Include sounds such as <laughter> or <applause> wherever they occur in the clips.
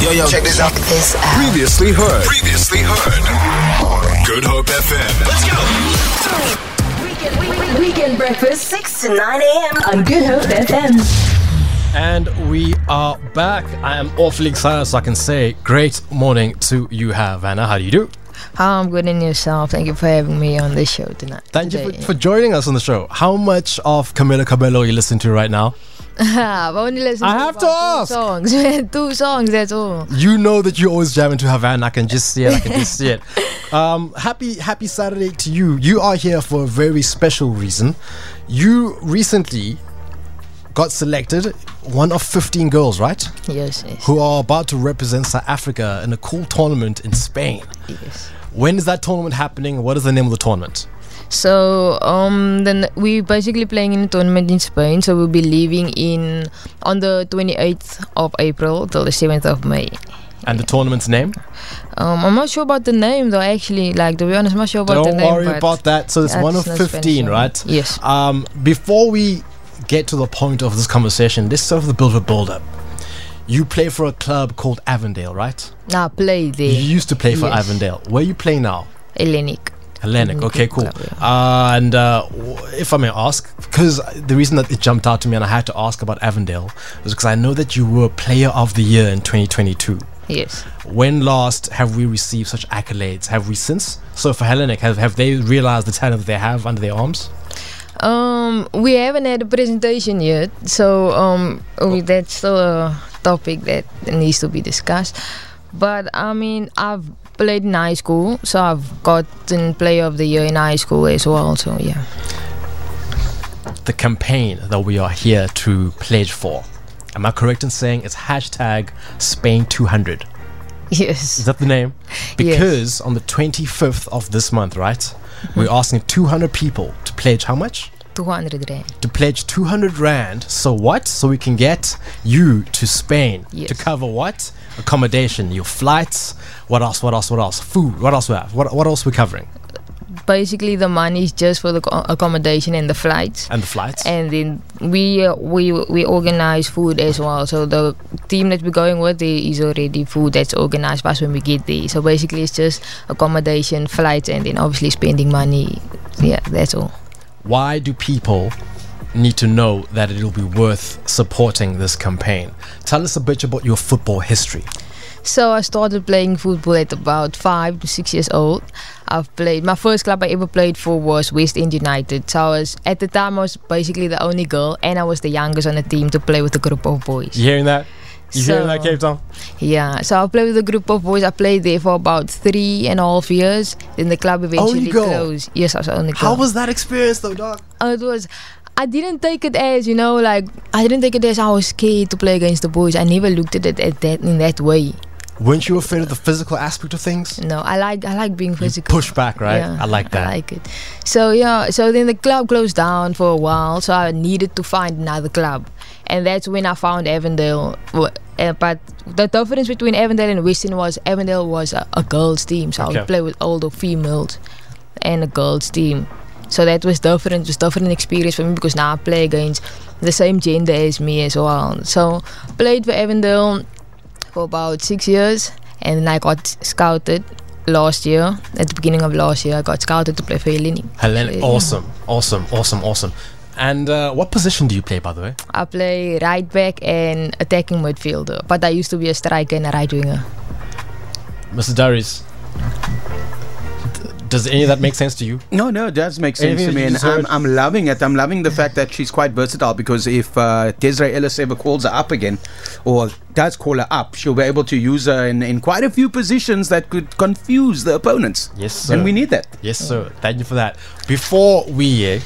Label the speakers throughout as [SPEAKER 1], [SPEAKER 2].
[SPEAKER 1] Yo, yo, check this out.
[SPEAKER 2] This out.
[SPEAKER 3] Previously heard.
[SPEAKER 1] Previously heard. Good Hope FM. Let's go.
[SPEAKER 2] Weekend breakfast, 6 to 9 a.m. on Good Hope FM.
[SPEAKER 4] And we are back. I am awfully excited, so I can say great morning to you, Havana. How do you do?
[SPEAKER 5] How I'm good in yourself. Thank you for having me on this show tonight. <laughs>
[SPEAKER 4] Thank you
[SPEAKER 5] today.
[SPEAKER 4] for, for joining us on the show. How much of Camila Cabello you listen to right now?
[SPEAKER 5] I've only listened.
[SPEAKER 4] I have to
[SPEAKER 5] about two
[SPEAKER 4] ask.
[SPEAKER 5] Songs, <laughs> two songs. That's all.
[SPEAKER 4] You know that you always jam into Havana. I can just see it. I can just see it. Um, happy Happy Saturday to you. You are here for a very special reason. You recently got selected one of 15 girls, right?
[SPEAKER 5] <laughs> Yes, yes,
[SPEAKER 4] Who are about to represent South Africa in a cool tournament in Spain.
[SPEAKER 5] yes.
[SPEAKER 4] When is that tournament happening? What is the name of the tournament?
[SPEAKER 5] So um, then we basically playing in a tournament in Spain. So we'll be leaving in on the 28th of April till the 7th of May.
[SPEAKER 4] And the tournament's name?
[SPEAKER 5] Um, I'm not sure about the name though. Actually, like to be honest, I'm not sure about the
[SPEAKER 4] Don't
[SPEAKER 5] name.
[SPEAKER 4] worry
[SPEAKER 5] but
[SPEAKER 4] about that. So it's one of
[SPEAKER 5] that's not
[SPEAKER 4] 15,
[SPEAKER 5] Spanish,
[SPEAKER 4] right?
[SPEAKER 5] Yes.
[SPEAKER 4] Um, before we get to the point of this conversation, let's sort of the build a build up. You play for a club called Avondale, right?
[SPEAKER 5] Now play
[SPEAKER 4] You
[SPEAKER 5] there,
[SPEAKER 4] used to play for
[SPEAKER 5] Yes.
[SPEAKER 4] Avondale. Where you play now?
[SPEAKER 5] Hellenic.
[SPEAKER 4] Hellenic. Okay, cool.
[SPEAKER 5] Club,
[SPEAKER 4] Uh, and uh, w- if I may ask, because the reason that it jumped out to me and I had to ask about Avondale was because I know that you were Player of the Year in 2022.
[SPEAKER 5] Yes.
[SPEAKER 4] When last have we received such accolades? Have we since? So for Hellenic, have, have they realized the talent that they have under their arms?
[SPEAKER 5] Um, we haven't had a presentation yet, so um, we, that's still a topic that needs to be discussed. But I mean, I've played in high school, so I've gotten Player of the Year in high school as well. So yeah, <laughs>
[SPEAKER 4] The campaign that we are here to pledge for. Am I correct in saying it's hashtag Spain200? Is
[SPEAKER 5] yes,
[SPEAKER 4] that the name?
[SPEAKER 5] Yes.
[SPEAKER 4] Because on the 25th of this month, right, we're asking 200 people to pledge how much?
[SPEAKER 5] 200 rand.
[SPEAKER 4] To pledge 200 Rand. So what? So we can get you to Spain
[SPEAKER 5] Yes.
[SPEAKER 4] to cover what? Accommodation, your flights. What else? What else? What else? Food. What else we have? What, what else we're covering?
[SPEAKER 5] Basically, the money is just for the co- accommodation and the flights.
[SPEAKER 4] And the flights.
[SPEAKER 5] and then we uh, we we organize food as well. So the team that we're going with there is already food that's organized by us when we get there. So basically, it's just accommodation, flights, and then obviously spending money. Yeah, that's all.
[SPEAKER 4] why do people need to know that it'll be worth supporting this campaign? Tell us a bit about your football history.
[SPEAKER 5] So I started playing football at about five to six years old. I've played my first club I ever played for was West End United. So I was at the time I was basically the only girl, and I was the youngest on the team to play with a group of boys.
[SPEAKER 4] You hearing that? You hearing that,
[SPEAKER 5] So-
[SPEAKER 4] Cape Town?
[SPEAKER 5] Yeah, so I played with a group of boys. I played there for about three and a half years. Then the club eventually
[SPEAKER 4] girl?
[SPEAKER 5] closed. Yes, I was the only
[SPEAKER 4] How
[SPEAKER 5] girl.
[SPEAKER 4] was that experience though, dog?
[SPEAKER 5] Uh, it was. I didn't take it as you know, like I didn't take it as "Oh, I was scared to play against the boys. I never looked at it at that in that way.
[SPEAKER 4] Weren't you afraid of the physical aspect of things?
[SPEAKER 5] No, I like I like being
[SPEAKER 4] You
[SPEAKER 5] Mm. physical.
[SPEAKER 4] push back, right?
[SPEAKER 5] Yeah,
[SPEAKER 4] I like that.
[SPEAKER 5] I like it. So yeah, so then the club closed down for a while, so I needed to find another club, and that's when I found Avondale. Wh- uh, But the difference between Avondale and Western was Avondale was a, a girls' team, so I
[SPEAKER 4] Okay.
[SPEAKER 5] would play with older females and a girls' team. So that was different. It was different experience for me because now I play against the same gender as me as well. So played for Avondale for about six years, and then I got scouted last year. At the beginning of last year, I got scouted to play for Eleni.
[SPEAKER 4] Hellenic,
[SPEAKER 5] Yeah.
[SPEAKER 4] awesome, awesome, awesome, awesome. And uh, what position do you play, by the way?
[SPEAKER 5] I play right back and attacking midfielder, but I used to be a striker and a right winger.
[SPEAKER 4] Mr. Darius, d- does any of that make sense to you?
[SPEAKER 6] No, no, it does make sense
[SPEAKER 4] Anything
[SPEAKER 6] to
[SPEAKER 4] that
[SPEAKER 6] me,
[SPEAKER 4] you
[SPEAKER 6] and
[SPEAKER 4] just
[SPEAKER 6] I'm,
[SPEAKER 4] heard?
[SPEAKER 6] I'm loving it. I'm loving the fact that she's quite versatile because if uh, Desiree Ellis ever calls her up again, or does call her up, she'll be able to use her in, in quite a few positions that could confuse the opponents.
[SPEAKER 4] Yes, sir.
[SPEAKER 6] and we need that.
[SPEAKER 4] Yes, sir. Thank you for that. Before we eh,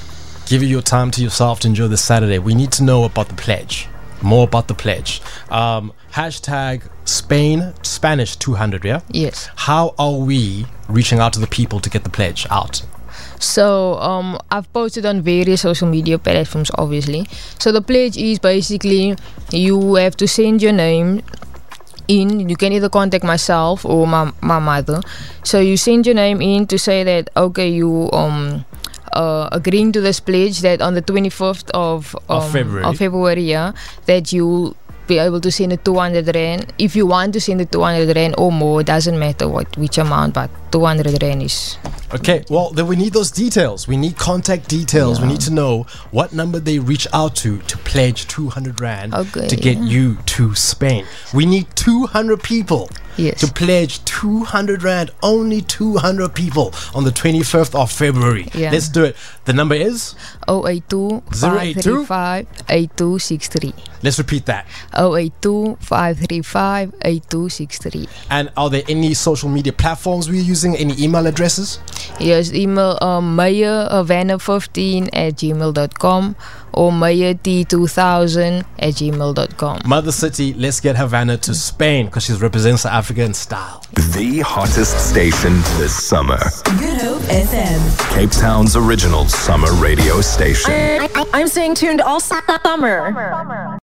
[SPEAKER 4] give you your time to yourself to enjoy this Saturday, we need to know about the pledge. More about the pledge. Um, hashtag Spain Spanish 200. Yeah.
[SPEAKER 5] Yes.
[SPEAKER 4] How are we reaching out to the people to get the pledge out?
[SPEAKER 5] So um, I've posted on various social media platforms, obviously. So the pledge is basically you have to send your name in. You can either contact myself or my, my mother. So you send your name in to say that okay, you um. Uh, agreeing to this pledge that on the 25th of, um,
[SPEAKER 4] Of February.
[SPEAKER 5] of February, yeah, that you be able to send the 200 rand. If you want to send the 200 rand or more, it doesn't matter what which amount, but 200 rand is
[SPEAKER 4] Okay, well, then we need those details. We need contact details. We need to know what number they reach out to to pledge 200 Rand
[SPEAKER 5] Okay,
[SPEAKER 4] to get you to Spain. We need 200 people
[SPEAKER 5] Yes.
[SPEAKER 4] to pledge 200 Rand, only 200 people on the 25th of February.
[SPEAKER 5] Yeah.
[SPEAKER 4] Let's do it. The number is,
[SPEAKER 5] 082
[SPEAKER 4] 082?
[SPEAKER 5] 535 8263.
[SPEAKER 4] let's repeat that.
[SPEAKER 5] 082 535 8263.
[SPEAKER 4] And are there any social media platforms we're using? Any email addresses?
[SPEAKER 5] Yes, email um, mayorvanna15 at gmail.com or mayort2000 at gmail.com.
[SPEAKER 4] Mother City, let's get Havana
[SPEAKER 5] Mm.
[SPEAKER 4] to Spain because she represents South Africa in style.
[SPEAKER 1] The hottest station this summer.
[SPEAKER 2] Good Hope FM.
[SPEAKER 1] Cape Town's original summer radio station.
[SPEAKER 2] I, am staying tuned all summer.